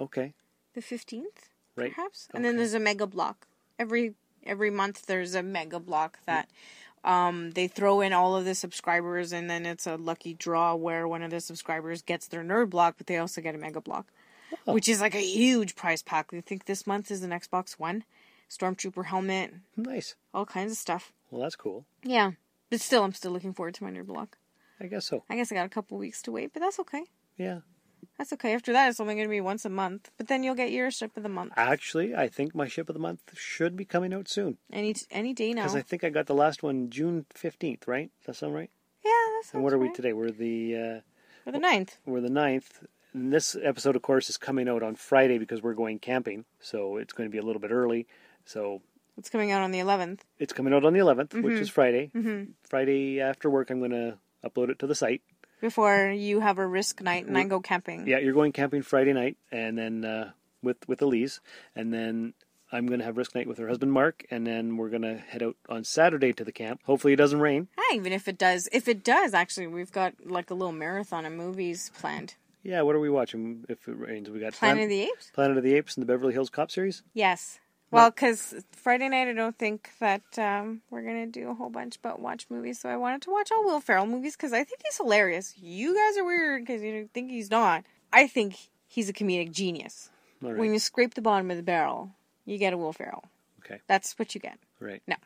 Okay, The fifteenth, right. perhaps. And then there's a mega block. Every every month there's a mega Mm. block that um they throw in all of the subscribers and then it's a lucky draw where one of the subscribers gets their nerd block, but they also get a mega block. Oh, Which is like a huge prize pack. I think this month is an Xbox One, Stormtrooper helmet, nice, all kinds of stuff. Well, that's cool. Yeah. But still I'm still looking forward to my nerd block. I guess so. I guess I got a couple weeks to wait, but that's okay. Yeah. That's okay. After that, it's only going to be once a month. But then you'll get your ship of the month Actually, I think my ship of the month should be coming out soon any any day now. because I think I got the last one June fifteenth. Right, does that sound right? yeah, that's and what are we today? We're the uh, for the ninth. We're the ninth. And this episode, of course, is coming out on Friday because we're going camping, so it's going to be a little bit early. So It's coming out on the eleventh. it's coming out on the 11th, which Mhm. is Friday. Mhm. Friday after work, I'm going to upload it to the site. Before you have a risk night and I go camping. Yeah, you're going camping Friday night, and then uh, with with Elise, and then I'm going to have risk night with her husband Mark, and then we're going to head out on Saturday to the camp. Hopefully, it doesn't rain. Ah, even if it does, if it does, actually, we've got like a little marathon of movies planned. Yeah, what are we watching if it rains? We got Planet of the Apes? Planet of the Apes, and the Beverly Hills Cop series. Yes. Well, because Friday night, I don't think that um, we're gonna do a whole bunch, but watch movies. So I wanted to watch all Will Ferrell movies because I think he's hilarious. You guys are weird because you don't think he's not. I think he's a comedic genius. All right. When you scrape the bottom of the barrel, you get a Will Ferrell. Okay. That's what you get. Right. No,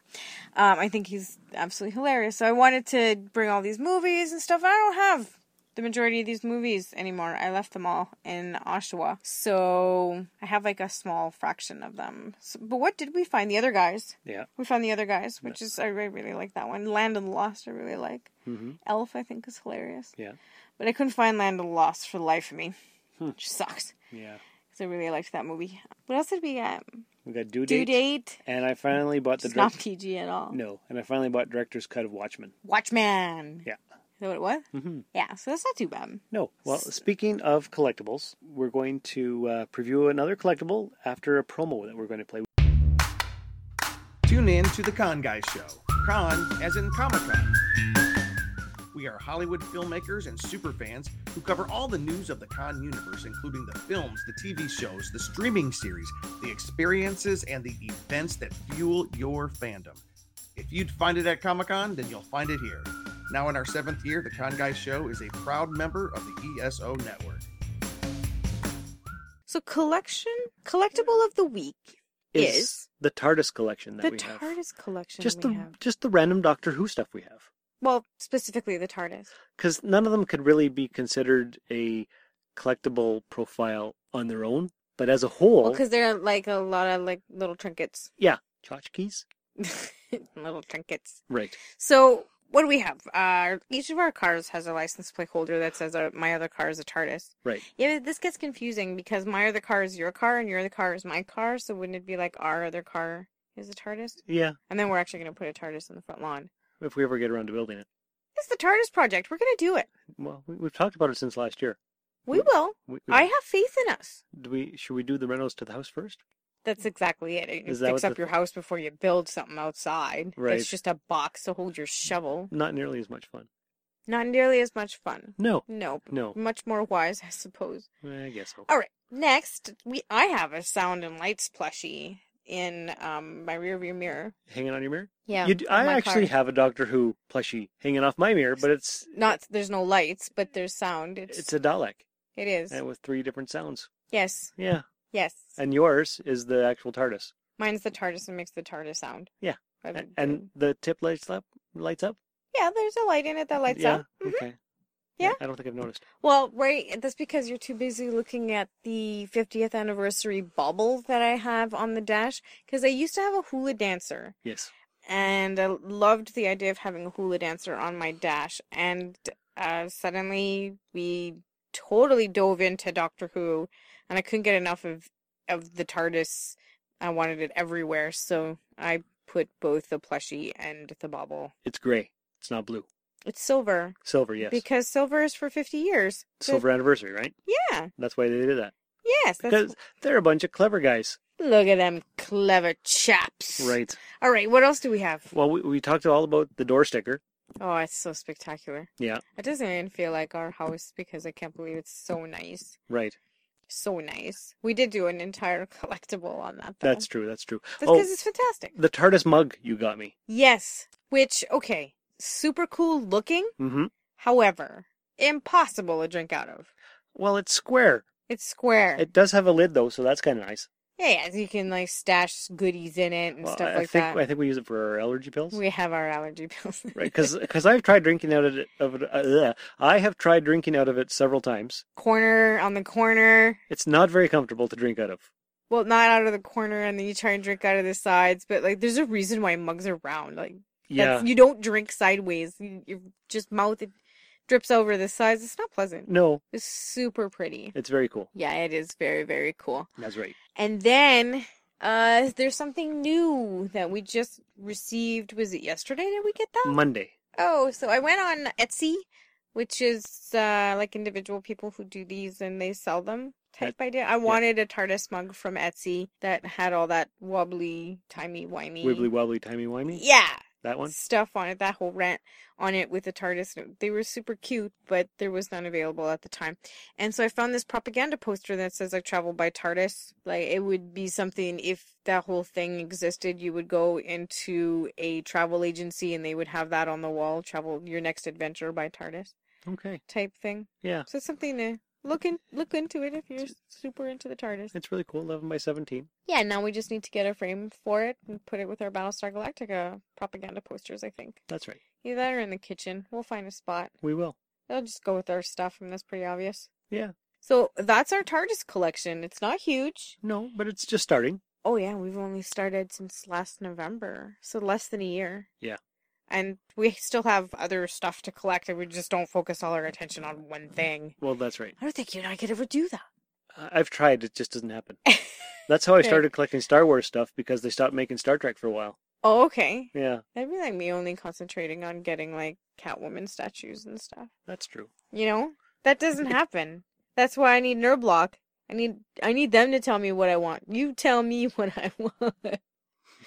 um, I think he's absolutely hilarious. So I wanted to bring all these movies and stuff. I don't have the majority of these movies anymore. I left them all in Oshawa, so I have like a small fraction of them. So, but what did we find? The other guys. Yeah. We found the other guys, which is I re- really like that one. Land of the Lost, I really like. Mm-hmm. Elf, I think is hilarious. Yeah. Hmm. But I couldn't find Land of the Lost for the life of me, which sucks Yeah. because I really liked that movie. What else did we get? We got due date. Due date. And I finally bought the It's not direct- PG at all. No, and I finally bought director's cut of Watchmen. Watchman. Yeah. Is that what it was? Mm-hmm. Yeah, so that's not too bad. No. Well, speaking of collectibles, we're going to uh, preview another collectible after a promo that we're going to play. Tune in to The Con Guy Show. Con, as in Comic Con. We are Hollywood filmmakers and superfans who cover all the news of the con universe, including the films, the TV shows, the streaming series, the experiences, and the events that fuel your fandom. If you'd find it at Comic Con, then you'll find it here. Now in our seventh year, The Con Guy Show is a proud member of the ESO Network. So collection collectible of the week is, the TARDIS collection that the we have? TARDIS collection Just we the have. just the random Doctor Who stuff we have, Well, specifically the TARDIS. because none of them could really be considered a collectible profile on their own. But as a whole, Well, because they're like a lot of like little trinkets, [laughs] yeah, tchotchkes. little trinkets. Right. So what do we have? Uh, each of our cars has a license plate holder that says uh, my other car is a TARDIS. Right. Yeah, but this gets confusing because my other car is your car and your other car is my car. So wouldn't it be like our other car is a TARDIS? Yeah. And then we're actually going to put a TARDIS on the front lawn. If we ever get around to building it. It's the TARDIS project. We're going to do it. Well, we, we've talked about it since last year. We will. We- I have faith in us. Do we? Should we do the rentals to the house first? That's exactly it. You Is that fix what up the- your house before you build something outside. Right. It's just a box to hold your shovel. Not nearly as much fun. Not nearly as much fun. No. Nope. No. Much more wise, I suppose. I guess so. All right. Next, we I have a sound and lights plushie in um my rear view mirror. Hanging on your mirror. Yeah, You d- on I my actually car. have a Doctor Who plushie hanging off my mirror, but it's Not there's no lights, but there's sound. It's, it's a Dalek, it is. and with three different sounds. yes. Yeah. Yes. And yours is the actual TARDIS. Mine's the TARDIS and makes the TARDIS sound. Yeah. That'd And, be and the tip lights up. Lights up. Yeah, there's a light in it that lights yeah. up. Mhm. Okay. Yeah. I don't think I've noticed. Well, right, that's because you're too busy looking at the 50th anniversary bauble that I have on the dash. Because I used to have a hula dancer, Yes. and I loved the idea of having a hula dancer on my dash. And uh, suddenly we totally dove into Doctor Who, and I couldn't get enough of of the TARDIS. I wanted it everywhere, so I put both the plushie and the bauble. It's gray. It's not blue. It's silver Silver. Yes. because silver is for 50 years. So- Silver anniversary, right? Yeah. That's why they did that. Yes, that's Because they're a bunch of clever guys. Look at them clever chaps. [laughs] Right. All right, what else do we have? Well, we, we talked all about the door sticker. Oh, it's so spectacular. Yeah. It doesn't even feel like our house because I can't believe it's so nice. Right. So nice. We did do an entire [laughs] collectible on that. Though. That's true. That's true. That's oh, because it's fantastic. the TARDIS mug you got me. Yes, which, okay, super cool looking. Mm-hmm. However, impossible to drink out of. Well, it's square. It's square. It does have a lid though, so that's kind of nice. yeah, yeah, you can like stash goodies in it and Well, stuff I, I like think that. I think we use it for our allergy pills. We [laughs] have our allergy pills. Right, because I've tried drinking out of it. Of it uh, ugh. I have tried drinking out of it several times. corner on the corner. It's not very comfortable to drink out of. Well, not out of the corner, and then you try and drink out of the sides. But like, there's a reason why mugs are round. Like, Yeah. that's, you don't drink sideways. You, you just mouth it drips over the sides. It's not pleasant. No, It's super pretty. it's very cool. Yeah, it is very very cool. That's right. And then uh there's something new that we just received. Was it yesterday? Did we get that? Monday. Oh, so I went on Etsy, which is uh, like individual people who do these and they sell them type idea. I wanted a TARDIS mug from Etsy that had all that wobbly, timey, wimey, Wibbly wobbly timey wimey. yeah, That one. stuff on it. That whole rant on it with the TARDIS. They were super cute, but there was none available at the time. And so I found this propaganda poster that says I travel by TARDIS. Like it would be something if that whole thing existed, you would go into a travel agency and they would have that on the wall, travel your next adventure by TARDIS Okay. type thing. Yeah. So it's something to look in, look into it if you're super into the TARDIS. It's really cool. Eleven by seventeen. Yeah, now we just need to get a frame for it and put it with our Battlestar Galactica propaganda posters, I think. That's right. Either that or in the kitchen. We'll find a spot. We will. I'll just go with our stuff, and that's pretty obvious. Yeah. So that's our TARDIS collection. It's not huge. No, but it's just starting. Oh, yeah, we've only started since last November, so less than a year. Yeah. And we still have other stuff to collect, and we just don't focus all our attention on one thing. Well, that's right. I don't think you and I could ever do that. I- I've tried. It just doesn't happen. That's how I Right. started collecting Star Wars stuff because they stopped making Star Trek for a while. Oh, okay. Yeah, That'd be like me only concentrating on getting, like, Catwoman statues and stuff. that's true. You know? That doesn't happen. That's why I need Nerdblock. I need I need them to tell me what I want. You tell me [laughs] what I want.